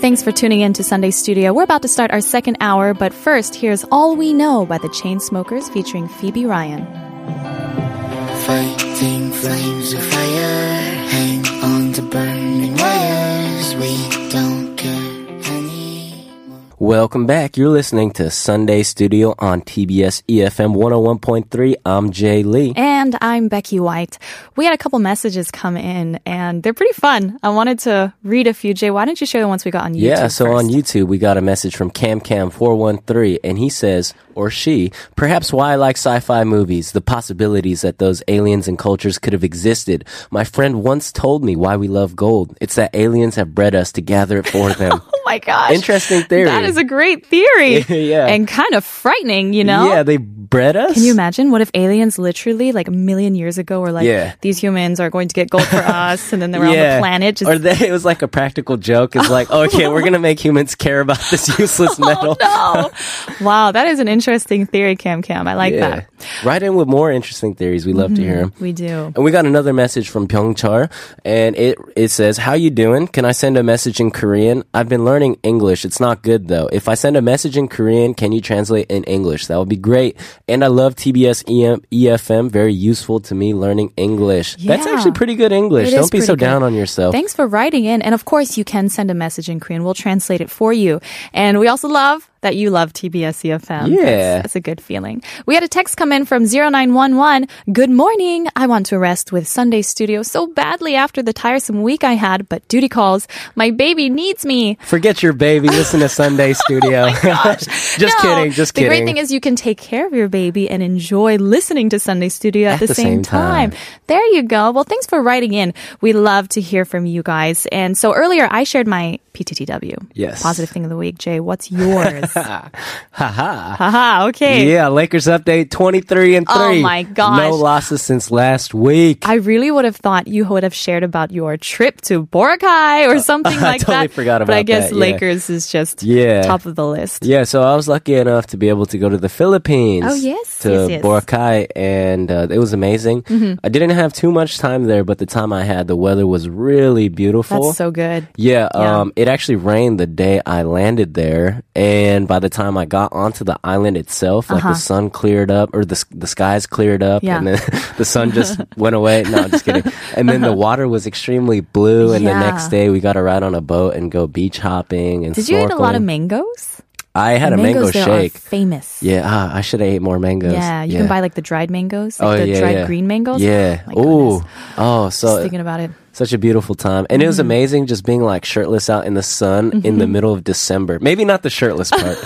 Thanks for tuning in to Sunday Studio. We're about to start our second hour, but first, here's All We Know by the Chainsmokers featuring Phoebe Ryan. Fighting flames of fire, hang on to burning wires. We don't care anymore. Welcome back. You're listening to Sunday Studio on TBS EFM 101.3. I'm Jay Lee. And I'm Becky White. We had a couple messages come in, and they're pretty fun. I wanted to read a few. Jay, why don't you show the ones we got on YouTube? Yeah, so first? on YouTube, we got a message from CamCam413, and he says, or she, perhaps why I like sci fi movies, the possibilities that those aliens and cultures could have existed. My friend once told me why we love gold. It's that aliens have bred us to gather it for them. Oh my gosh. Interesting theory. That is a great theory. Yeah. And kind of frightening, you know? Yeah, they bred us? Can you imagine? What if aliens literally, like a million years ago, were like, Yeah. these humans are going to get gold for us, and then they were on the planet just. Or that it was like a practical joke. It's like, okay, we're going to make humans care about this useless metal. Oh, no. wow, that is an interesting theory, Cam Cam. I like Yeah. that. Right in with more interesting theories. We love to Mm-hmm. hear them. We do. And we got another message from Pyeongchar, and it it says, "How you doing? Can I send a message in Korean? I've been learning English. It's not good though. If I send a message in Korean, can you translate in English? That would be great. And I love TBS EM, EFM. E Very useful to me learning English. That's Yeah. actually pretty good English. It is Don't be so pretty good. down on yourself. Thanks for writing in. And of course, you can send a message in Korean. We'll translate it for you. And we also love that you love TBS EFM. Yeah. E That's, that's a good feeling. We had a text come in from 0911. Good morning. I want to rest with Sunday Studio so badly after the tiresome week I had, but duty calls. My baby needs me. Forget your baby. Listen to Sunday Studio. just Oh No. kidding. Just the kidding. great thing is you can take care of your baby and enjoy listening to Sunday Studio at, the, same, time. There you go. Well, thanks for writing in. We love to hear from you guys. And so earlier I shared my PTTW. Yes. Positive thing of the week, Jay. What's yours? Haha. Haha. Okay. Yeah, Lakers update 23 and 3. Oh my gosh. No losses since last week. I really would have thought you would have shared about your trip to Boracay or something like totally that. forgot But I about guess that, yeah. Lakers is just Yeah. top of the list. Yeah, so I was lucky enough to be able to go to the Philippines. Oh, yes, to yes, Mm-hmm. yes. Boracay, and uh, it was amazing. I didn't have too much time there, but the time I had, the weather was really beautiful. That's so good. yeah, Yeah. Um, it actually rained the day I landed there, and by the time I got onto the island itself, like the sun cleared up or the s- the skies cleared up, Uh-huh. Yeah. and then the sun just went away. No, I'm just kidding. And then the water was extremely blue, and the Yeah. next day we got to ride on a boat and go beach hopping and. Did you eat a lot of snorkeling. mangoes? I had a mango mangoes there are shake. famous. Yeah, ah, I should have ate more mangoes. Yeah, you can buy like the dried mangoes, Oh, like the yeah, dried yeah. green mangoes. Yeah. My Oh, goodness. oh, just so thinking Mm-hmm. about it. such a beautiful time, and it was amazing just being like shirtless out in the sun in the Mm-hmm. middle of December. Maybe not the shirtless part,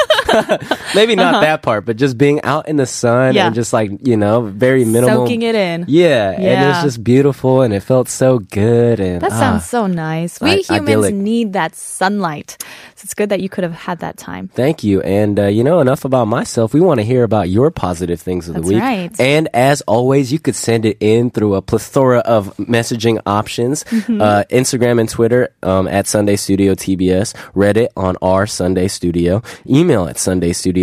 maybe not that part, but just being out in the sun and Uh-huh. Yeah. just like you know, very minimal. Soaking it in. Yeah, and it was Yeah. just beautiful, and it felt so good. And That ah, sounds so nice. We I- idyllic. humans need that sunlight. So it's good that you could have had that time. Thank you. And, uh, you know, enough about myself. We want to hear about your positive things of the That's week. right. And as always, you could send it in through a plethora of messaging options uh, Instagram and Twitter um, at Sunday Studio TBS, Reddit on our Sunday Studio, email at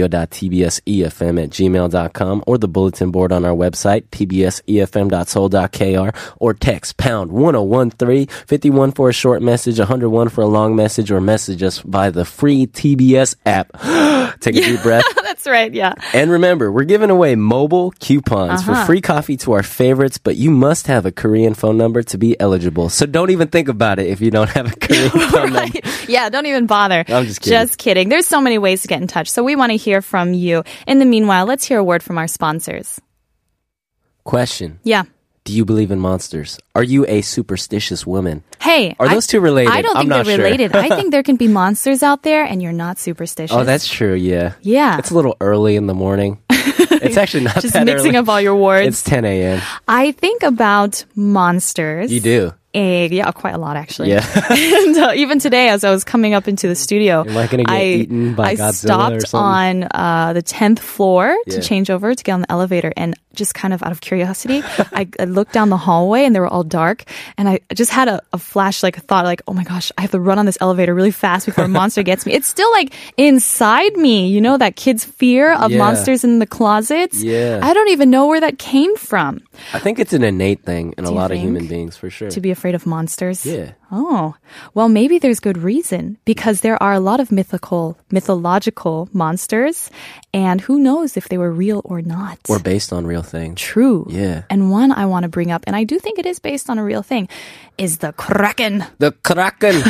sundaystudio.tbsefm E at gmail.com, or the bulletin board on our website, E tbsefm.soul.kr, or text pound 1013 51 for a short message, 101 for a long message, or message us by the free TBS app. Take a deep breath. That's right. Yeah. And remember, we're giving away mobile coupons Uh-huh. for free coffee to our favorites, but you must have a Korean phone number to be eligible. So don't even think about it if you don't have a Korean phone number. Yeah, don't even bother. I'm just kidding. Just kidding. There's so many ways to get in touch. So we want to hear from you. In the meanwhile, let's hear a word from our sponsors. Question Yeah. Do you believe in monsters? Are you a superstitious woman? Hey. Are I- those two related? I don't I'm think not they're sure. related. I think there can be monsters out there and you're not superstitious. Oh, that's Oh, true, yeah. Yeah. It's a little early in the morning. It's actually not Just that mixing early. up all your words. It's 10 a.m. I think about monsters. You do. Eh, yeah, quite a lot actually. Yeah. and uh, even today, as I was coming up into the studio, Am I gonna get eaten by I Godzilla or stopped something? on uh, the tenth floor to Yeah. change over to get on the elevator, and just kind of out of curiosity, I, I looked down the hallway, and they were all dark, and I just had a, a flash, like a thought, like, oh my gosh, I have to run on this elevator really fast before a monster gets me. It's still like inside me, you know, that kid's fear of Yeah. monsters in the closets. Yeah. I don't even know where that came from. I think it's an innate thing in a you lot of think? human beings for sure. to be afraid of monsters? Yeah. Oh. Well, maybe there's good reason because there are a lot of mythical mythological monsters and who knows if they were real or not. Or based on real things. true. Yeah. And one I want to bring up and I do think it is based on a real thing is the Kraken. The Kraken.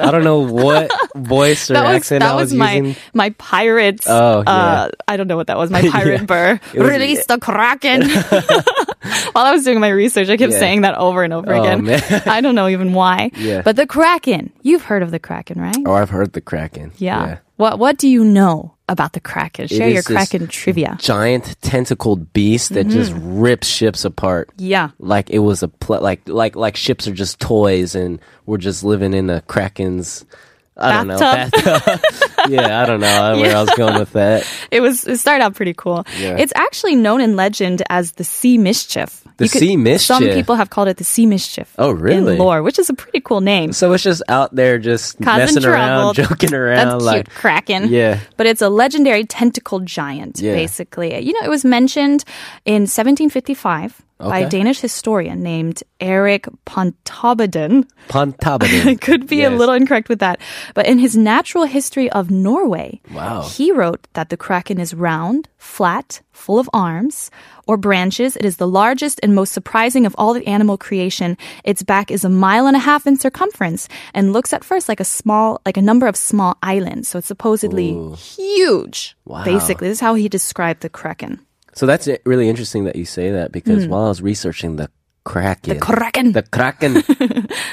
I don't know what voice or accent that I was, my using. my pirate. Oh, uh, I don't know what that was. My pirate burr. It was- Release the kraken. While I was doing my research, I kept Yeah. saying that over and over Oh, again. man. I don't know even why. Yeah. But the kraken. You've heard of the kraken, right? Oh, I've heard the Kraken. yeah. What What do you know about the kraken? Share is your this kraken trivia. Giant tentacled beast that just Mm-hmm. rips ships apart. Yeah. Like it was a pl- like like like ships are just toys and we're just living in a Kraken's I don't know. Bathtub. yeah, I don't know where I was going with that. It was it started out pretty cool. Yeah. It's actually known in legend as the sea mischief. The sea mischief. Some people have called it the sea mischief. Oh, really? In lore, which is a pretty cool name. So it's just out there just causing messing around, trouble, joking around That's like cute, Kraken. Yeah. but it's a legendary tentacle giant, Yeah. basically. You know, it was mentioned in 1755 by a Okay. Danish historian named Erik Pontoppidan. Pontabadin. Could be a Yes. little incorrect with that, but in his Natural History of Norway, Wow. he wrote that the kraken is round, flat, full of arms or branches. It is the largest and most surprising of all the animal creation. Its back is a mile and a half in circumference and looks at first like a small, like a number of small islands. So it's supposedly huge. Wow. Basically, this is how he described the kraken. So that's it- really interesting that you say that because while I was researching the Kraken, the Kraken. the Kraken,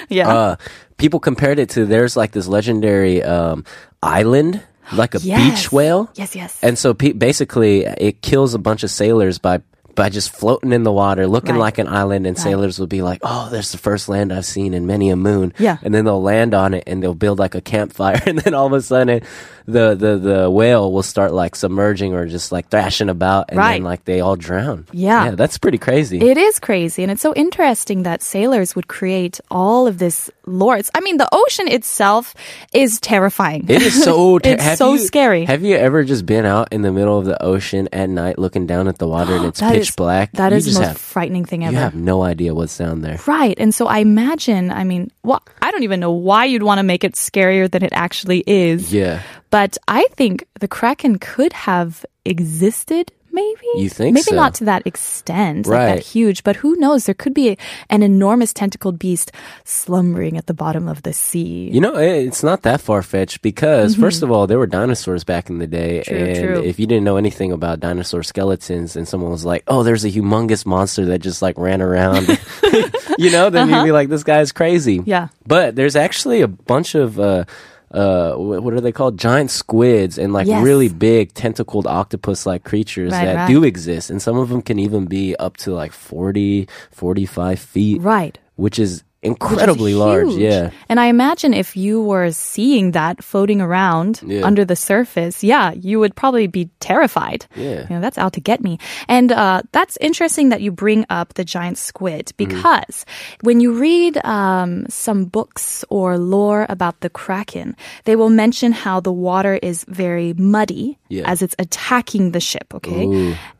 yeah. uh, people compared it to there's like this legendary um, island, like a Yes. beach whale. Yes, yes. And so pe- basically, it kills a bunch of sailors by by just floating in the water, looking Right. like an island, and sailors will be like, "Oh, there's the first land I've seen in many a moon." Yeah. and then they'll land on it and they'll build like a campfire, and then all of a sudden, it, the the the whale will start like submerging or just like thrashing about, and Right. then like they all drown. Yeah. yeah, that's pretty crazy. It is crazy, and it's so interesting that sailors would create all of this lore. It's, I mean, the ocean itself is terrifying. It is so ter- It's have so you- scary. Have you ever just been out in the middle of the ocean at night looking down at the water and it's That pitch is- black? That you is the just most have, frightening thing you ever. have no idea what's down there. Right, and so I imagine. I mean, well, I don't even know why you'd want to make it scarier than it actually is. Yeah. But I think the kraken could have existed. Maybe You think maybe so? not to that extent, like Right. that huge. But who knows? There could be an enormous tentacled beast slumbering at the bottom of the sea. You know, it- it's not that far fetched because, first of all, there were dinosaurs back in the day. Mm-hmm. True, and true. if you didn't know anything about dinosaur skeletons and someone was like, oh, there's a humongous monster that just like ran around, you know, then you'd be like, this guy's crazy. Uh-huh. Yeah. But there's actually a bunch of. Uh, uh, wh- what are they called? Giant squids and like Yes. really big tentacled octopus like creatures Right, that right. do exist. And some of them can even be up to like 40, 45 feet, Right. which is which is incredibly large. huge. Yeah. And I imagine if you were seeing that floating around Yeah. under the surface, yeah, you would probably be terrified. Yeah. You know, that's out to get me. And uh, that's interesting that you bring up the giant squid Mm-hmm. because when you read um, some books or lore about the kraken, they will mention how the water is very muddy Yeah. as it's attacking the ship, okay?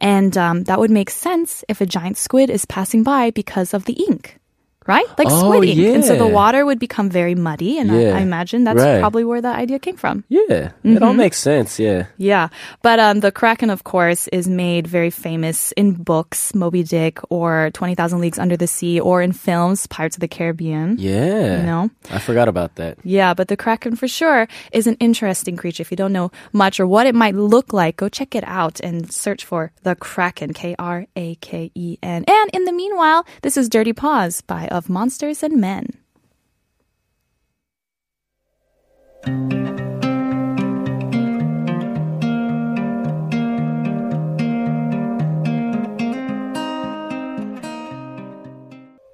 And um, that would make sense if a giant squid is passing by because of the ink. Right? Like Oh, squid ink. And so the yeah. water would become very muddy. And Yeah. I, I imagine that's Right. probably where that idea came from. Yeah, it Mm-hmm. all makes sense. Yeah, Yeah. But um, the Kraken, of course, is made very famous in books, Moby Dick or 20,000 Leagues Under the Sea, or in films, Pirates of the Caribbean. yeah. You know? I forgot about that. Yeah, but the Kraken for sure is an interesting creature. If you don't know much or what it might look like, go check it out and search for the Kraken, K R A K E N. And in the meanwhile, this is Dirty Paws by Of Monsters and Men.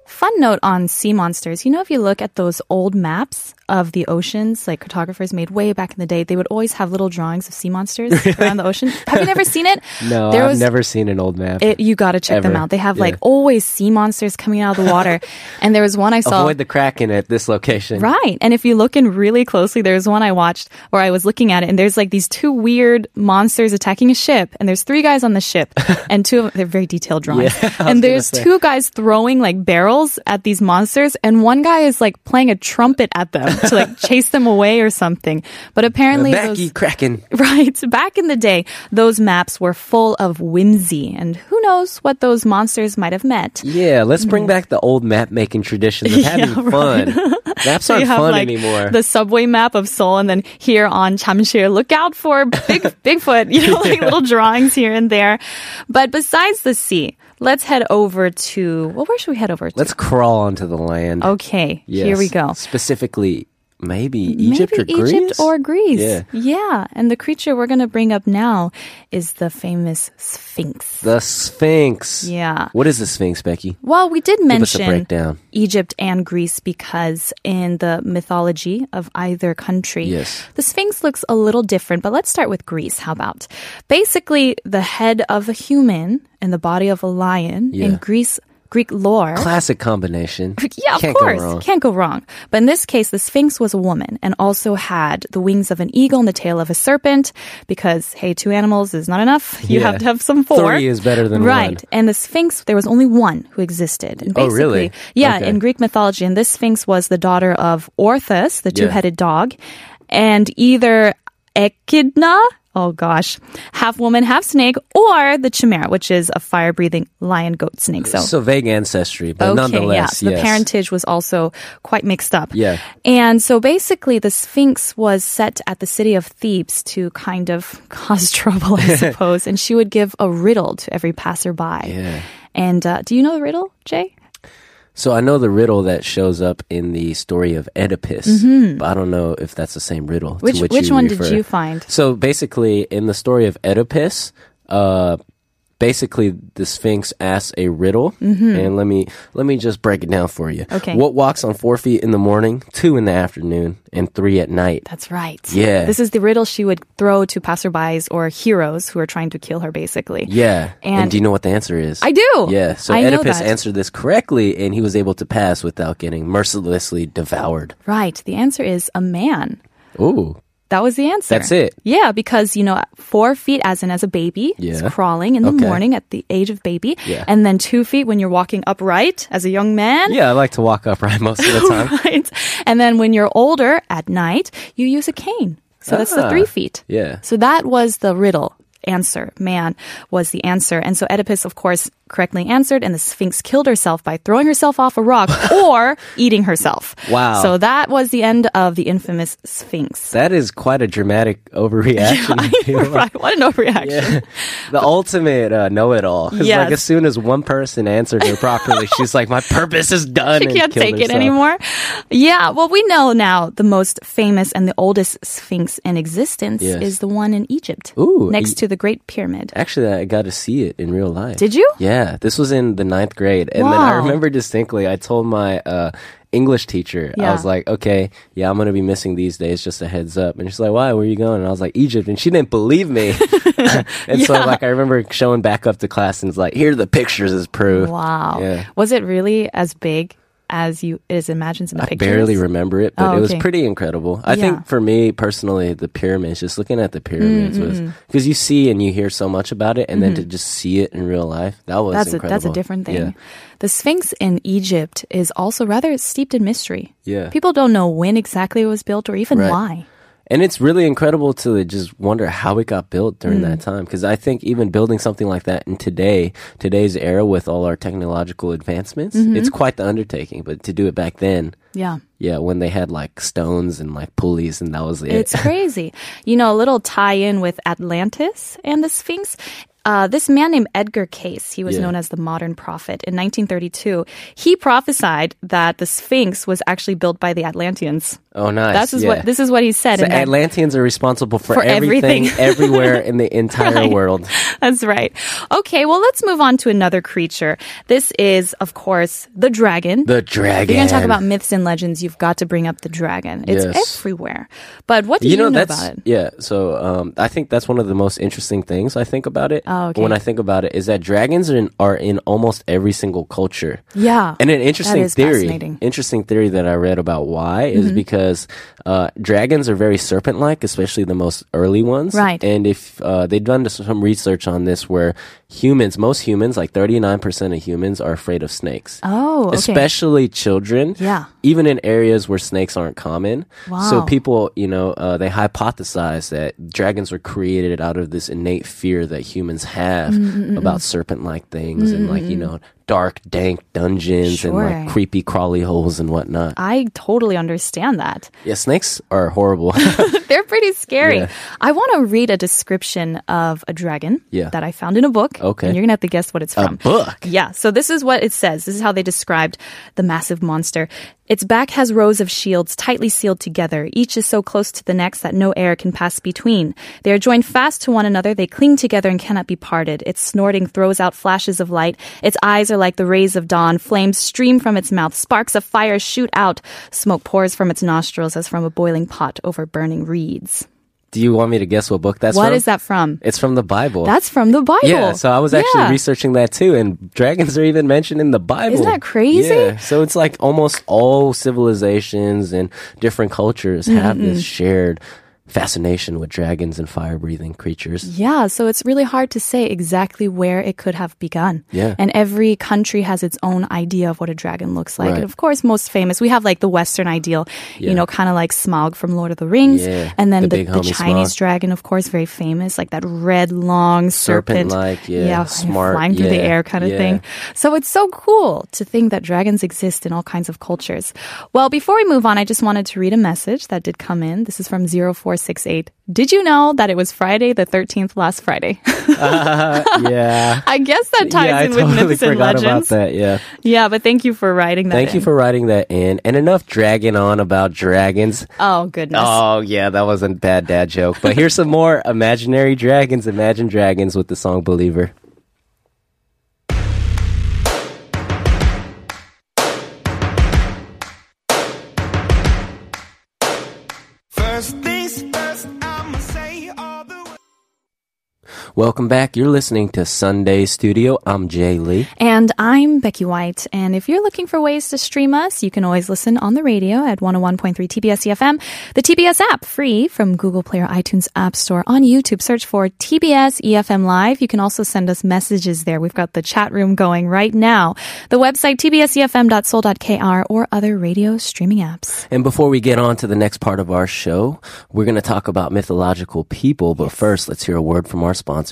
fun note on sea monsters. You know, if you look at those old maps of the oceans, like cartographers made way back in the day, they would always have little drawings of sea monsters around the ocean. Have you never seen it? No, There I've was- never seen an old map. It, you got to check them Ever. out. They have Yeah. like always sea monsters coming out of the water. and there was one I saw. Avoid the kraken at this location. Right. And if you look in really closely, there's one I watched where I was looking at it and there's like these two weird monsters attacking a ship and there's three guys on the ship and two of them, they're very detailed drawings. and there's two guys throwing like barrels at these monsters and one guy is like playing a trumpet at them to like chase them away or something. But apparently Back those- ye kraken. Right. Back in the day, those maps were full of whimsy, and who knows what those monsters might have met. Yeah, let's Mm-hmm. bring back the old map making tradition of having fun. Maps So aren't you have fun like anymore. the subway map of Seoul, and then here on Chamshir, look out for Big Bigfoot. You know, like little drawings here and there. But besides the sea, let's head over to well, where should we head over to? Let's crawl onto the land. okay, Oh, here we Yes. go. Specifically, maybe Egypt Maybe or Greece? Egypt or Greece. Yeah. yeah, and the creature we're going to bring up now is the famous Sphinx. The Sphinx. Yeah. What is the Sphinx, Becky? Well, we did us a mention breakdown. Egypt and Greece because in the mythology of either country, Yes. the Sphinx looks a little different, but let's start with Greece. How about? Basically, the head of a human and the body of a lion in Yeah. Greece, Greek lore. Classic combination. yeah, of Can't course. Go wrong. Can't go wrong. But in this case, the Sphinx was a woman and also had the wings of an eagle and the tail of a serpent because, hey, two animals is not enough. You Yeah. have to have some four. Three is better than right. one. And the Sphinx, there was only one who existed. And Oh, basically, really? Yeah, Okay. in Greek mythology. And this Sphinx was the daughter of Orthus, the Yeah. two headed dog, and either Echidna. Oh gosh, half woman, half snake, or the chimera, which is a fire breathing lion goat snake. So, So vague ancestry, but yeah. nonetheless, So the yes. parentage was also quite mixed up. Yeah. And so basically, the Sphinx was set at the city of Thebes to kind of cause trouble, I suppose. and she would give a riddle to every passerby. Yeah. And uh, do you know the riddle, Jay? So I know the riddle that shows up in the story of Oedipus, but I don't know if that's the same riddle. to Mm-hmm. Which- which which you one did refer. you find? So basically, in the story of Oedipus, uh, basically the Sphinx asks a riddle, and let me let me just break it down for you. Mm-hmm. Okay. What walks on four feet in the morning, two in the afternoon, and three at night? That's right. Yeah. This is the riddle she would throw to passerbys or heroes who are trying to kill her, basically. Yeah. And, And- do you know what the answer is? I do. Yeah. So I know Oedipus that. answered this correctly, and he was able to pass without getting mercilessly devoured. Right. The answer is a man. Ooh. That was the answer. That's it. Yeah, because you know, four feet as in as a baby, is Yeah. crawling in the Okay. morning at the age of baby, Yeah. and then two feet when you're walking upright as a young man. Yeah, I like to walk upright most of the time. Right. And then when you're older at night, you use a cane. So that's Ah, the three feet. yeah. So that was the riddle answer. Man was the answer. And so Oedipus, of course, correctly answered, and the Sphinx killed herself by throwing herself off a rock or eating herself. Wow. So that was the end of the infamous Sphinx. That is quite a dramatic overreaction. I feel like. right. What an overreaction. The ultimate uh, know-it-all. It's Yes. like as soon as one person answered her properly, she's like, "My purpose is done." she and can't killed take it herself. anymore. Yeah, well, we know now the most famous and the oldest Sphinx in existence Yes. is the one in Egypt, Ooh, next e- to the Great Pyramid. Actually, I got to see it in real life. Did you? Yeah, this was in the ninth grade, and then I Wow. remember distinctly. I told my uh, English teacher, Yeah. I was like, "Okay, yeah, I'm gonna be missing these days. Just a heads up." And she's like, "Why? Where are you going?" And I was like, "Egypt," and she didn't believe me. and so, like, I remember showing back up to class and was like, "Here are the pictures as proof." Wow. Yeah. Was it really as big as you it is imagined in the I pictures? barely remember it, but Oh, it was okay. pretty incredible. I Yeah. think for me personally, the pyramids, just looking at the pyramids was Mm-hmm. because you see and you hear so much about it, and then to just see it in real life, that was That's a, incredible. that's a different thing. Yeah. The Sphinx in Egypt is also rather steeped in mystery. Yeah. People don't know when exactly it was built or even Right. why. And it's really incredible to just wonder how it got built during Mm. that time. Because I think even building something like that in today, today's era with all our technological advancements, Mm-hmm. it's quite the undertaking. But to do it back then, Yeah. yeah, when they had like stones and like pulleys, and that was it. It's crazy. You know, a little tie in with Atlantis and the Sphinx. Uh, this man named Edgar Case, he was Yeah. known as the modern prophet. In 1932, he prophesied that the Sphinx was actually built by the Atlanteans. Oh, nice. This is yeah. what this is what he said. So in that- Atlanteans are responsible for, For everything, everything. everywhere in the entire Right. world. That's right. Okay, well, let's move on to another creature. This is, of course, the dragon. The dragon. If you're going to talk about myths and legends, you've got to bring up the dragon. It's Yes. everywhere. But what do you, you know, that's about it? yeah. So um, I think that's one of the most interesting things I think about it. Oh, okay. When I think about it, is that dragons are in, are in almost every single culture. Yeah. And an interesting is theory, fascinating. Mm-hmm. interesting theory that I read about why is because uh, dragons are very serpent-like, especially the most early ones. Right. And if uh, they've done some research on this, where humans, most humans, like thirty-nine percent of humans, are afraid of snakes. Oh, okay. especially children. Yeah. Even in areas where snakes aren't common. So Wow. people, you know, uh, they hypothesize that dragons were created out of this innate fear that humans Mm, have about serpent like things and like, you know, dark, dank dungeons and like Sure. creepy crawly holes and whatnot. I totally understand that. Yeah, snakes are horrible. They're pretty Yeah. scary. I want to read a description of a dragon Yeah. that I found in a book. Okay. Um, And you're going to have to guess what it's A from. uh, book? Yeah. So this is what it says. This is how they described the massive monster. Its back has rows of shields tightly sealed together. Each is so close to the next that no air can pass between. They are joined fast to one another. They cling together and cannot be parted. Its snorting throws out flashes of light. Its eyes are like the rays of dawn. Flames stream from its mouth. Sparks of fire shoot out. Smoke pours from its nostrils as from a boiling pot over burning reeds. Do you want me to guess what book that's from? What is that from? It's from the Bible. That's from the Bible. yeah, so I was actually Yeah. researching that too, and dragons are even mentioned in the Bible. Isn't that crazy? Yeah, so it's like almost all civilizations and different cultures have this shared fascination with dragons and fire breathing creatures. Yeah, so it's really hard to say exactly where it could have begun. Yeah. And every country has its own idea of what a dragon looks like. Right. And of course, most famous, we have like the Western ideal, Yeah. you know, kind of like Smaug from Lord of the Rings. Yeah, And then the the, big the homie Chinese Smaug. dragon, of course, very famous, like that red, long serpent. Serpent-like, yeah, yeah kind of smart, Flying through the yeah, air kind of yeah. thing. So it's so cool to think that dragons exist in all kinds of cultures. Well, before we move on, I just wanted to read a message that did come in. This is from 0468. Did you know that it was Friday the 13th last Friday? yeah. I guess that ties yeah, I in with totally myths and forgot about legends. that. Yeah. Yeah, but thank you for writing that. Thank you in. for writing that in. And enough dragging on about dragons. Oh goodness. Oh, yeah, that was a bad dad joke. But here's some more imaginary dragons, imagine dragons with the song Believer. First things first, I'ma say all the way. Welcome back. You're listening to Sunday Studio. I'm Jay Lee. And I'm Becky White. And if you're looking for ways to stream us, you can always listen on the radio at 101.3 TBS EFM, E the TBS app, free from Google Play or iTunes App Store. On YouTube, search for TBS EFM E Live. You can also send us messages there. We've got the chat room going right now. The website, tbsefm.soul.kr or other radio streaming apps. And before we get on to the next part of our show, we're going to talk about mythological people. But first, let's hear a word from our sponsors.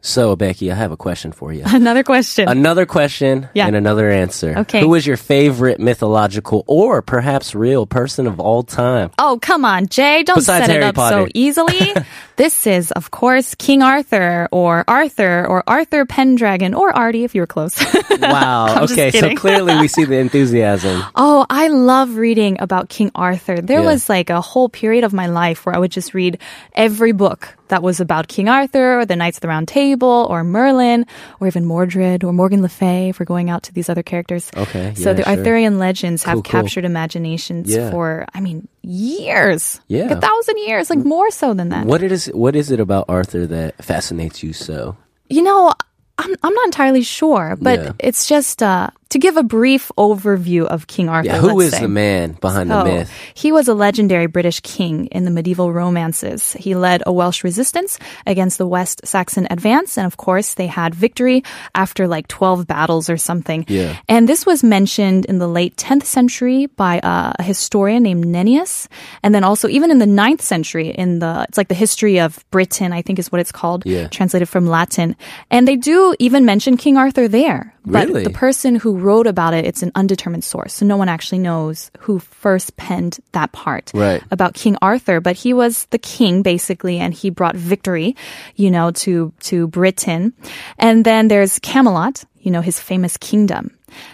So, Becky, I have a question for you. Another question. Another question Yeah. and another answer. Okay. Who is your favorite mythological or perhaps real person of all time? Oh, come on, Jay. Don't Besides set it Harry up so Potter. easily. this is, of course, King Arthur or Arthur or Arthur Pendragon or Artie if you were close. Wow. just okay, so kidding. clearly we see the enthusiasm. oh, I love reading about King Arthur. There Yeah. was like a whole period of my life where I would just read every book that was about King Arthur or the Knights of the Round Table or Merlin or even Mordred or Morgan Le Fay if we're going out to these other characters. Okay, So yeah, the sure. Arthurian legends have Cool, cool. captured imaginations Yeah. for, I mean, years. Like Yeah. Mm. a thousand years, like more so than that. What it is what is it about Arthur that fascinates you so? You know, I'm, I'm not entirely sure, but Yeah. it's just uh, to give a brief overview of King Arthur. Yeah, who is let's say. the man behind the Oh, myth? He was a legendary British king in the medieval romances. He led a Welsh resistance against the West Saxon advance, and of course, they had victory after like 12 battles or something. Yeah. And this was mentioned in the late 10th century by uh, a historian named Nennius, and then also even in the 9th century in the it's like the history of Britain, I think is what it's called, Yeah. translated from Latin. And they do even mention King Arthur there. But Really? the person who wrote about it, it's an undetermined source. So no one actually knows who first penned that part Right. about King Arthur. But he was the king, basically, and he brought victory, you know, to, to Britain. And then there's Camelot, you know, his famous kingdom.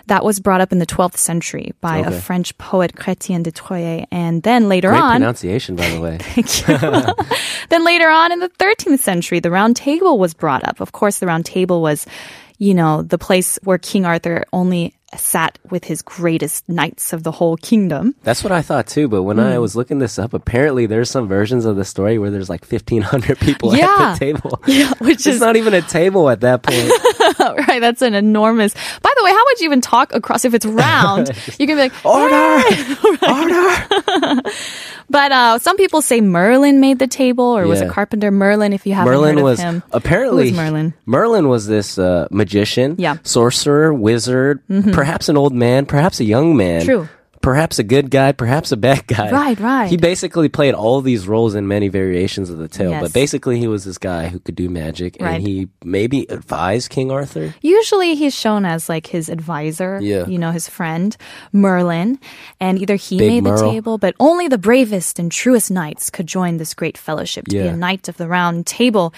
That was brought up in the 12th century by a Okay. French poet, Chrétien de Troyes. And then later Great on, pronunciation, by the way. Thank you. then later on in the 13th century, the round table was brought up. Of course, the round table was, you know, the place where King Arthur only sat with his greatest knights of the whole kingdom. That's what I thought too, but when Hmm. I was looking this up, apparently there's some versions of the story where there's like 1,500 people Yeah. at the table. Yeah, which It's is not even a table at that point. right. That's an enormous. By the way, how would you even talk across if it's round? you can be like, Order! Order! but uh, some people say Merlin made the table, or was it Yeah. Carpenter Merlin? If you haven't Merlin heard of was him, apparently Who was Merlin? Merlin was this uh, magician, Yeah. Mm-hmm. sorcerer, wizard, perhaps an old man, perhaps a young man. True. Perhaps a good guy, perhaps a bad guy. Right, right. He basically played all these roles in many variations of the tale, Yes. but basically he was this guy who could do magic Right. and he maybe advised King Arthur. Usually he's shown as like his advisor, Yeah. you know, his friend, Merlin. And either he Big made the Merle. table, but only the bravest and truest knights could join this great fellowship to be Yeah. a knight of the round table.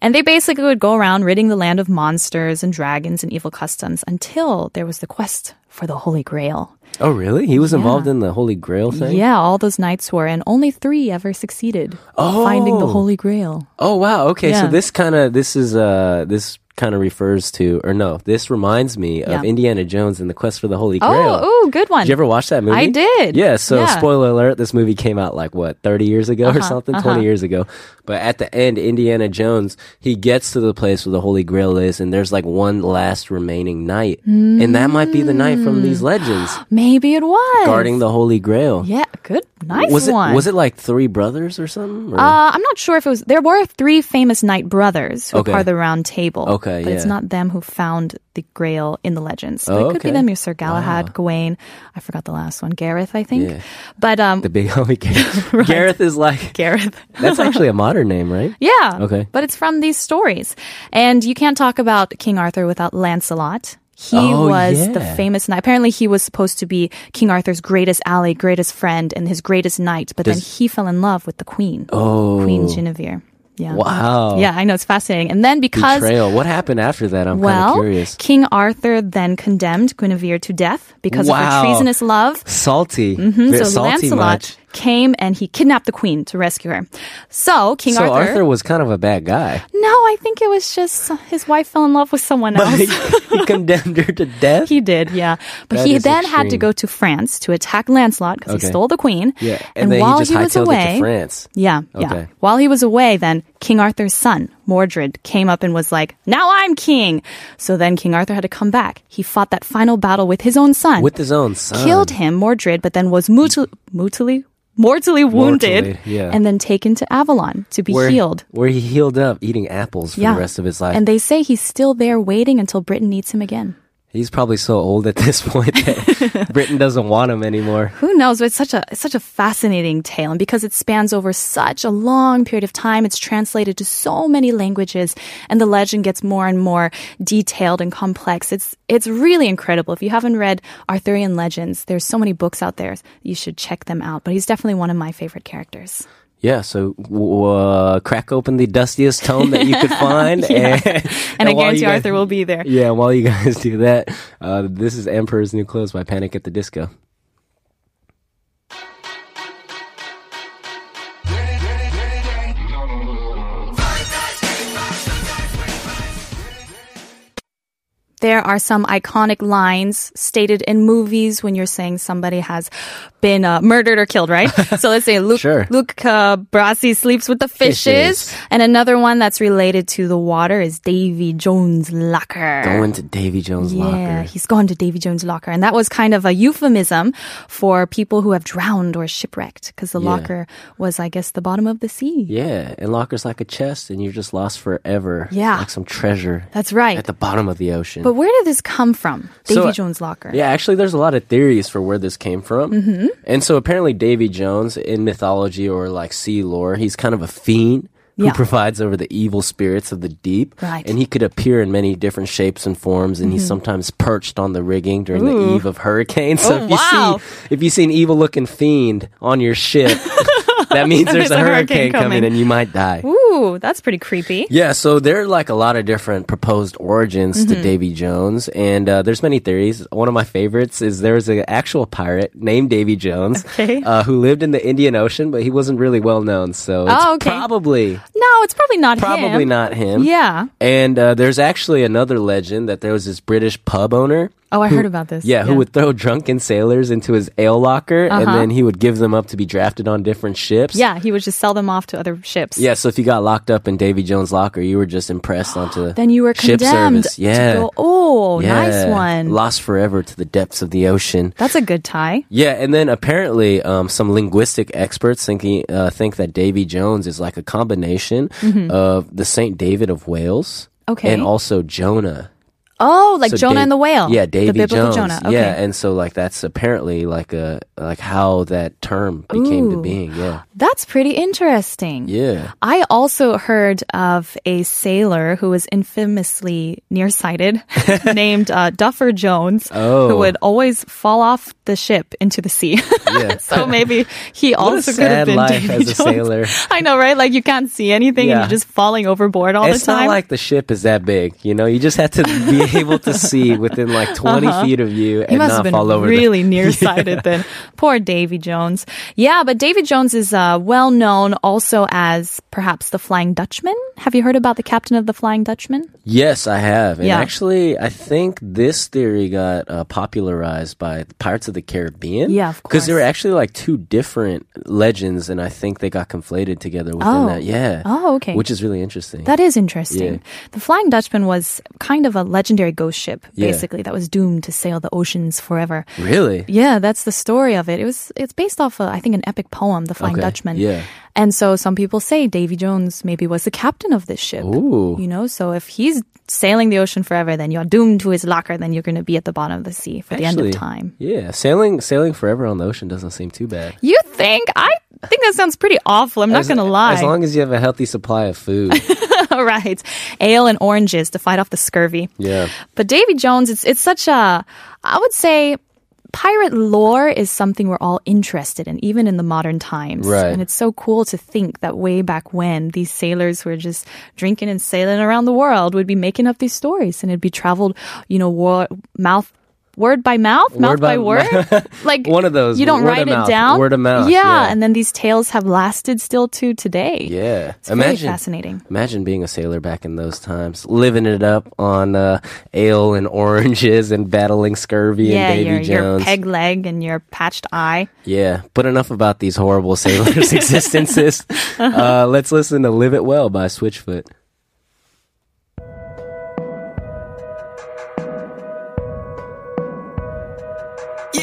And they basically would go around ridding the land of monsters and dragons and evil customs until there was the quest for the Holy Grail. Oh, really? He was involved in the Holy Grail thing? Yeah, all those knights were, and only three ever succeeded Oh. finding the Holy Grail. Oh wow. Okay. So Yeah. this kind of this is uh this kind of refers to or no this reminds me of Yeah. Indiana Jones and the Quest for the Holy Grail. Oh, ooh, good one. Did you ever watch that movie? I did. Yeah. So Yeah. Uh-huh, spoiler alert: this movie came out like what thirty years ago or something, twenty years ago. But at the end, Indiana Jones he gets to the place where the Holy Grail is, and there's like one last remaining knight, and that might be the knight from these legends Maybe it was. guarding the Holy Grail. Mm. Yeah, good. Nice was it one. was it like three brothers or something? Or- Uh, I'm not sure if it was. There were three famous knight brothers who Okay. are part of the Round Table. Okay, but it's yeah. not them who found the Grail in the legends. So Oh, it could okay. be them. Your Sir Galahad, Gawain. I forgot the last one. Gareth, I think. Yeah. But um, the big homie Gareth. Gareth is like Gareth. That's actually a modern name, right? yeah. Okay. But it's from these stories, and you can't talk about King Arthur without Lancelot. He Oh, was the yeah. famous knight. Apparently, he was supposed to be King Arthur's greatest ally, greatest friend, and his greatest knight. But then Does- he fell in love with the queen, Oh. Queen Guinevere. Yeah. Wow. Yeah, I know it's fascinating. And then Oh. because Betrayal. What happened after that? I'm well, kind of curious. King Arthur then condemned Guinevere to death because of her Wow. treasonous love. Salty. Hmm, Very so salty Lancelot much. came and he kidnapped the queen to rescue her. So King So Arthur, Arthur, was kind of a bad guy. No, I think it was just his wife fell in love with someone But he, else. he condemned her to death. He did, yeah. But That he is then had to extreme. go to France to attack Lancelot because Okay. he stole the queen. yeah. And, And, then while he just was hightailed away, it to France. Yeah, yeah. Okay. While he was away, then King Arthur's son, Mordred, came up and was like, Now I'm king. So then King Arthur had to come back. He fought that final battle with his own son, With his own son. killed him, Mordred, but then was mutil- mutily, mortally wounded Mortally, yeah. and then taken to Avalon to be where, healed. Where he healed up eating apples for yeah. the rest of his life. And they say he's still there waiting until Britain needs him again. He's probably so old at this point that Britain doesn't want him anymore. Who knows? But it's such a it's such a fascinating tale, and because it spans over such a long period of time, it's translated to so many languages, and the legend gets more and more detailed and complex. It's it's really incredible. If you haven't read Arthurian legends, there's so many books out there. You should check them out. But he's definitely one of my favorite characters. Yeah, so w- uh, crack open the dustiest tome that you could find, and, And, I while guarantee you guys- Arthur will be there. Yeah, while you guys do that, uh, this is Emperor's New Clothes by Panic at the Disco. There are some iconic lines stated in movies when you're saying somebody has been uh, murdered or killed, right? so let's say Luke, Sure. Luke uh, Brasi sleeps with the fishes. Fishes. And another one that's related to the water is Davy Jones' locker. Going to Davy Jones' yeah, locker. he's gone to Davy Jones' locker. And that was kind of a euphemism for people who have drowned or shipwrecked because the Yeah. locker was, I guess, the bottom of the sea. Yeah, and locker's like a chest, and you're just lost forever. Yeah. like some treasure. That's right. at the bottom of the ocean. But where did this come from? So, Davy uh, Jones' locker. Yeah, actually, there's a lot of theories for where this came from. Mm-hmm. And so apparently, Davy Jones in mythology or like sea lore, he's kind of a fiend. Who Yeah. provides over the evil spirits of the deep. Right. Mm-hmm. And he could appear in many different shapes and forms, and he's sometimes perched on the rigging during the eve of hurricanes. So Oh, if you wow. see if you see an evil looking fiend on your ship, that means there's, a, hurricane, coming. and you might die. Ooh, that's pretty creepy. Yeah, so there are like a lot of different proposed origins Mm-hmm. to Davy Jones, and uh, there's many theories. One of my favorites is there was an actual pirate named Davy Jones Okay. uh, who lived in the Indian Ocean, but he wasn't really well known. So it's Oh, okay. probably No, it's probably not probably him. not him. Yeah. And uh, there's actually another legend that there was this British pub owner. Oh, I heard about this. Yeah, who would throw drunken sailors into his ale locker and then he would give them up to be drafted on different ships. Uh-huh. Yeah, he would just sell them off to other ships. Yeah, so if you got locked up in Davy Jones' locker, you were just impressed onto the Then you were ship condemned. service. Yeah. To go, oh, yeah. nice one. Lost forever to the depths of the ocean. That's a good tie. Yeah, and then apparently um, some linguistic experts thinking uh, think that Davy Jones is like a combination of the Saint David of Wales, Mm-hmm. Okay. and also Jonah. Oh, like So Jonah Da- and the whale. Yeah, Davy the biblical Jones. Jonah. Okay. Yeah, and so like that's apparently like a like how that term became to Ooh. being. Yeah, That's pretty interesting. yeah. I also heard of a sailor who was infamously nearsighted, named uh, Duffer Jones, who Oh. would always fall off the ship into the sea. Yeah. so maybe he What a also could sad have been life Davy as a Jones. sailor. I know, right? Like you can't see anything, Yeah. and you're just falling overboard all it's the time. not like the ship is that big, you know. You just have to be able to see within like 20 feet of you and He Uh-huh. not must have been fall over. the- really nearsighted then. Poor Davy Jones. Yeah, but Davy Jones is uh, well known also as perhaps the Flying Dutchman. Have you heard about the captain of the Flying Dutchman? Yes, I have. And Yeah. actually, I think this theory got uh, popularized by Pirates of the Caribbean. Yeah, of Because there were course. actually like two different legends, and I think they got conflated together within Oh. that. Yeah. Oh, okay. Which is really interesting. That is interesting. The Flying Dutchman was kind of a legendary ghost ship, Yeah. basically, that was doomed to sail the oceans forever. really? Yeah, that's the story of it. It was it's based off uh, I think an epic poem, The Flying Okay, Dutchman. yeah. And so some people say Davy Jones maybe was the captain of this ship. Ooh. You know, so if he's sailing the ocean forever, then you're doomed to his locker, then you're going to be at the bottom of the sea for the end of Actually, time. Yeah. Sailing sailing forever on the ocean doesn't seem too bad. You think? I think that sounds pretty awful. I'm not As- going to lie. As long as you have a healthy supply of food. All right. Ale and oranges to fight off the scurvy. yeah. But Davy Jones, it's it's such a I would say pirate lore is something we're all interested in, even in the modern times. Right. And it's so cool to think that way back when these sailors who were just drinking and sailing around the world would be making up these stories and it'd be traveled, you know, war, mouth word by mouth, Word mouth by by, word. like One of those, You don't word write of mouth, it down. word of mouth, Yeah, yeah. And then these tales have lasted still to today. Yeah. It's very fascinating. Imagine being a sailor back in those times, living it up on uh, ale and oranges and battling scurvy and Yeah, Davy your, your Jones. peg leg and your patched eye. yeah, but enough about these horrible sailors' existences. Uh, let's listen to "Live It Well" by Switchfoot. Yeah.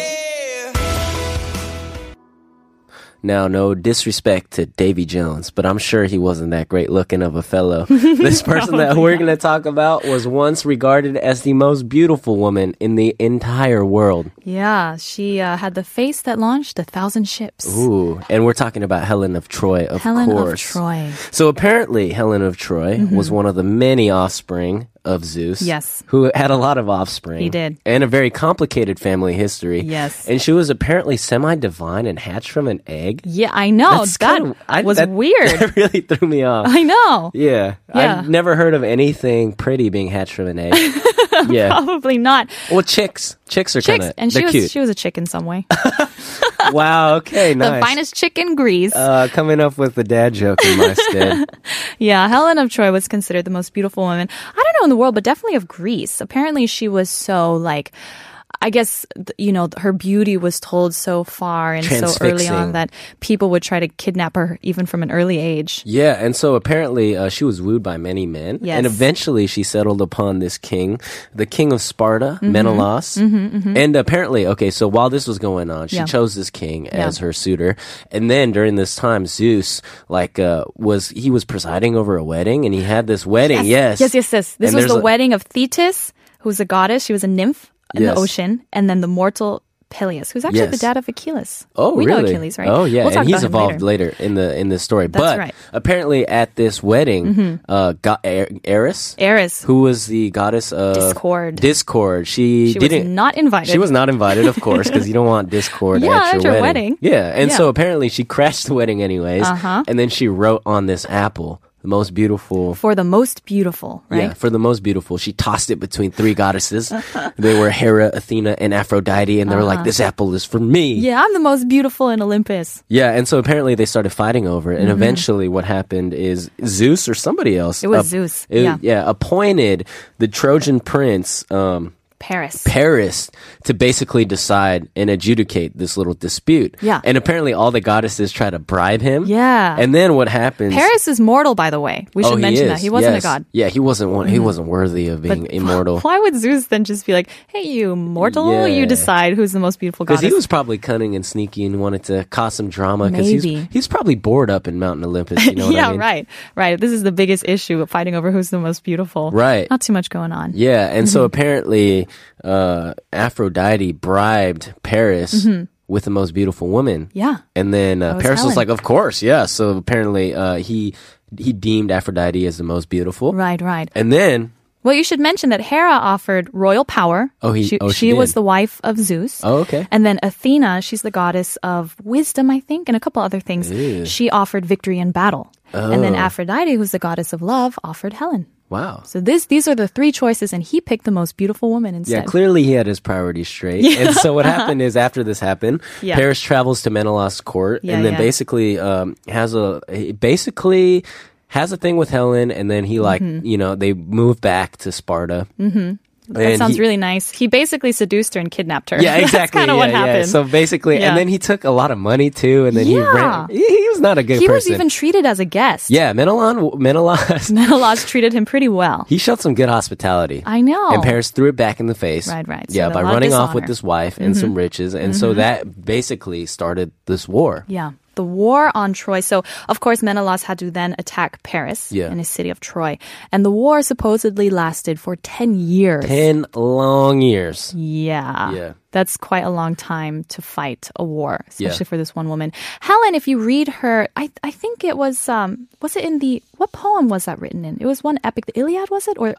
Now, no disrespect to Davy Jones, but I'm sure he wasn't that great looking of a fellow. This person that we're going to talk about was once regarded as the most beautiful woman in the entire world. Yeah, she uh, had the face that launched a thousand ships. Ooh, and we're talking about Helen of Troy, of Helen course. of Troy. Mm-hmm. So apparently, Helen of Troy was one of the many offspring of Zeus. Yes. Who had a lot of offspring. He did. And a very complicated family history. Yes. And she was apparently semi divine and hatched from an egg. Yeah, I know. that kinda- I- was that- weird. That really threw me off. I know. yeah. Yeah. I've never heard of anything pretty being hatched from an egg. yeah. Probably not. Well, chicks. Chicks are kind Chicks, of. and they're she was cute. she was a chick in some way. wow. Okay. the Nice. finest chick in Greece. Uh, coming up with the dad joke in my stead. yeah, Helen of Troy was considered the most beautiful woman. I don't know in the world, but definitely of Greece. Apparently, she was so like. I guess th- you know her beauty was told so far and so early Transfixing. on that people would try to kidnap her even from an early age. Yeah, and so apparently uh, she was wooed by many men, Yes. and eventually she settled upon this king, the king of Sparta, Mm-hmm. Menelaus. And apparently, okay, so while this was going on, she Yeah. chose this king as her suitor, and then during this time, Zeus, like, uh, was he was presiding over a wedding, and he had this wedding. Yes, Yes, yes, yes. This And was there's a- the wedding of Thetis, who was a goddess. She was a nymph in the Yes. ocean, and then the mortal Peleus, who's actually Yes. the dad of Achilles. Oh, we really? know Achilles, right? Oh, yeah, We'll and talk he's about him evolved later. in the in this story. That's but right. Mm-hmm. apparently, at this wedding, uh, Ga- Er- Eris, Eris, who was the goddess of Discord. Discord. She, she was didn't not invited. She was not invited, of course, because you don't want discord Yeah, at, your at your wedding. wedding. Yeah, and Yeah. so apparently she crashed the wedding anyways, Uh-huh. and then she wrote on this apple, the most beautiful. for the most beautiful, right? Yeah, for the most beautiful. She tossed it between three goddesses. they were Hera, Athena, and Aphrodite, and they were like, "This apple is for me." Uh-huh. Yeah, I'm the most beautiful in Olympus. Yeah, and so apparently they started fighting over it, and eventually what happened is Zeus or somebody else. Mm-hmm. It was Zeus, yeah. appointed the Trojan prince um, Paris. Paris to basically decide and adjudicate this little dispute. Yeah. and apparently all the goddesses try to bribe him. Yeah. and then what happens? Paris is mortal, by the way. We Oh, should he mention is, that. He wasn't yes. a god. Mm. Yeah, he wasn't. One, He wasn't worthy of being immortal. Why would Zeus then just be like, hey, you mortal, Yeah. you decide who's the most beautiful Because he goddess? was probably cunning and sneaky and wanted to cause some drama. Because he's Maybe. he's probably bored up in Mountain Olympus. You know what I yeah, mean? right, right. This is the biggest issue of fighting over who's the most beautiful. Right. Not too much going on. Yeah, and so Mm-hmm. apparently uh, Aphrodite bribed Paris with the most beautiful woman. Mm-hmm. Yeah. and then uh, was Paris was Helen. like, "Of course, yeah." So apparently uh, he he deemed Aphrodite as the most beautiful. Right, right. And then Well, you should mention that Hera offered royal power. Oh, he- she, oh, she was did. the wife of Zeus. Oh, okay. And then Athena, she's the goddess of wisdom, I think, and a couple other things. She offered victory in battle. Oh. And then Aphrodite, who's the goddess of love, offered Helen. wow. So this, these are the three choices, and he picked the most beautiful woman Yeah, instead. clearly he had his priorities straight. And so what happened is after this happened, Yeah. Paris travels to Menelaus' court Yeah, and then yeah. basically um, has a he basically has a thing with Helen, and then he like you know they move back to Sparta. Mm-hmm. Mm-hmm. that sounds really nice. He basically seduced her and kidnapped her. Yeah, exactly. That's kind of yeah, what yeah. happened. So basically, Yeah. and then he took a lot of money too, and then he Yeah. ran. He, he was not a good he was person. even treated as a guest. yeah, Menelaus. Menelaus. Menelaus treated him pretty well. He showed some good hospitality. I know. And Paris threw it back in the face. Right, right. So Yeah, a by lot of running off with dishonor. his wife Mm-hmm. and some riches. And so that basically started this war. Yeah. The war on Troy. So, of course, Menelaus had to then attack Paris Yeah. and his city of Troy. And the war supposedly lasted for 10 years. 10 long years. Yeah. Yeah. That's quite a long time to fight a war, Yeah. especially for this one woman. Helen, if you read her, I, I think it was, um, was it in the, what poem was that written in? It was one epic, the Iliad, was it? Or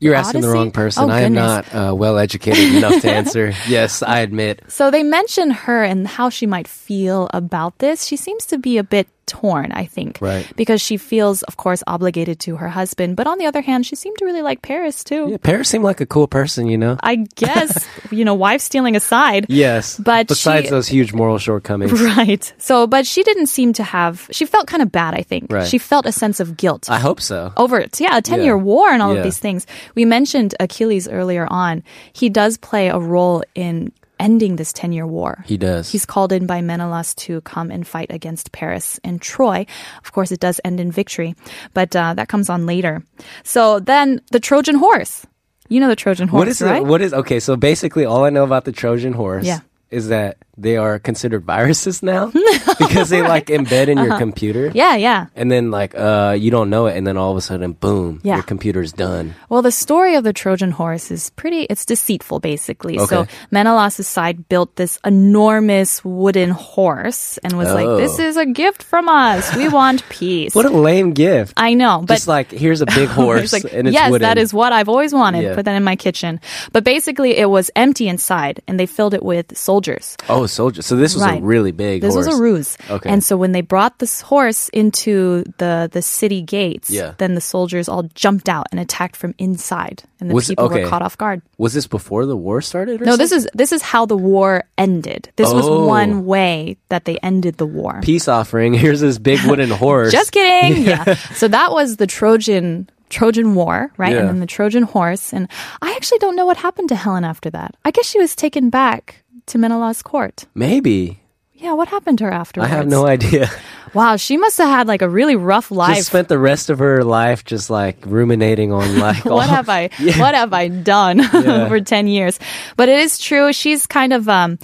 You're asking the Odyssey? wrong person. Oh, I am goodness. not uh, well educated enough to answer. Yes, I admit. So they mention her and how she might feel about this. She seems to be a bit torn, I think. Right. Because she feels, of course, obligated to her husband. But on the other hand, she seemed to really like Paris, too. Yeah, Paris seemed like a cool person, you know? I guess, you know, wife stealing aside. Yes. But besides she- those huge moral shortcomings. Right. So, but she didn't seem to have, she felt kind of bad, I think. Right. She felt a sense of guilt. I hope so. over it. So, yeah, a 10 year war and all of Yeah. these things. We mentioned Achilles earlier on. He does play a role in ending this 10 year war. He does. He's called in by Menelaus to come and fight against Paris and Troy. Of course, it does end in victory, but uh, that comes on later. So then the Trojan horse. You know the Trojan horse, What is right? it? What is okay? So basically, all I know about the Trojan horse Yeah. is that they are considered viruses now because they like embed in your computer. Uh-huh. yeah, yeah. And then like uh, you don't know it, and then all of a sudden, boom, Yeah. your computer's done. Well, the story of the Trojan horse is pretty, it's deceitful, basically. So Okay. Menelaus' side built this enormous wooden horse and was like, Oh. this is a gift from us. We want peace. What a lame gift! I know, but Just like here's a big It's horse, like, and it's yes, wooden. that is what I've always wanted. Yeah. Put that in my kitchen. But basically, it was empty inside, and they filled it with soldiers. oh soldier. So this was Right. a really big. This horse. was a ruse. Okay. And so when they brought this horse into the the city gates, Yeah. then the soldiers all jumped out and attacked from inside, and the Was- people okay. were caught off guard. Was this before the war started? Or No, this is this is how the war ended. This was Oh. one way that they ended the war. peace offering. Here's this big wooden horse. Just kidding. Yeah. So that was the Trojan Trojan War, right? And Yeah. then the Trojan horse. And I actually don't know what happened to Helen after that. I guess she was taken back to Menelaus' court. maybe. Yeah, what happened to her I afterwards? have no idea. Wow, she must have had like a really rough life. Just spent the rest of her life just like ruminating on like all- what have I what have I done for 10 years? But it is true she's kind of um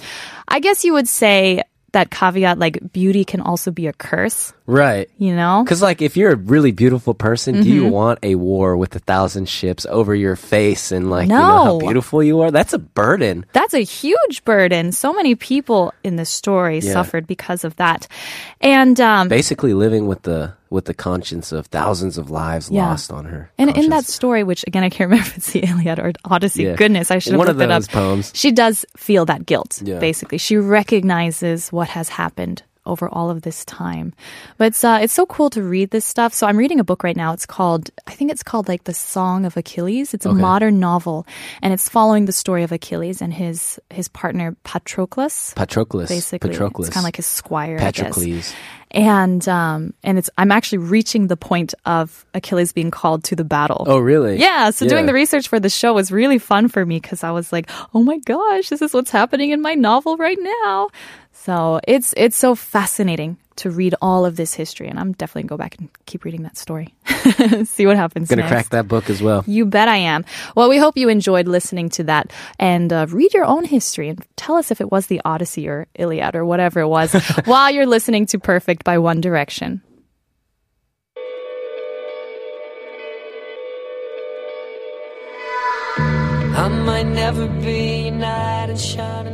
I guess you would say that caveat like beauty can also be a curse, right. you know? Because, like, if you're a really beautiful person, do Mm-hmm. you want a war with a thousand ships over your face and, like, you know how No. beautiful you are? That's a burden. That's a huge burden. So many people in this story Yeah. suffered because of that. And um, Basically, living with the with the conscience of thousands of lives Yeah. lost on her. and in conscience. that story, which again I can't remember if it's the Iliad or Odyssey. Yeah. Goodness, I should have One of looked it up. those poems. She does feel that guilt. Yeah. Basically, she recognizes what has happened over all of this time. But it's, uh, it's so cool to read this stuff. So I'm reading a book right now. It's called, I think it's called like The Song of Achilles. It's a modern novel and it's following the story of Achilles and his, his partner Patroclus. Patroclus. Basically, Patroclus. it's kind of like his squire, I guess. Patrocles. And um, and it's I'm actually reaching the point of Achilles being called to the battle. Oh, really? Yeah, so doing the Yeah. research for the show was really fun for me because I was like, oh my gosh, this is what's happening in my novel right now. So it's it's so fascinating to read all of this history, and I'm definitely gonna go back and keep reading that story, see what happens. Gonna next. crack that book as well. You bet I am. Well, we hope you enjoyed listening to that and uh, read your own history and tell us if it was the Odyssey or Iliad or whatever it was while you're listening to Perfect by One Direction. I might never be knight in shining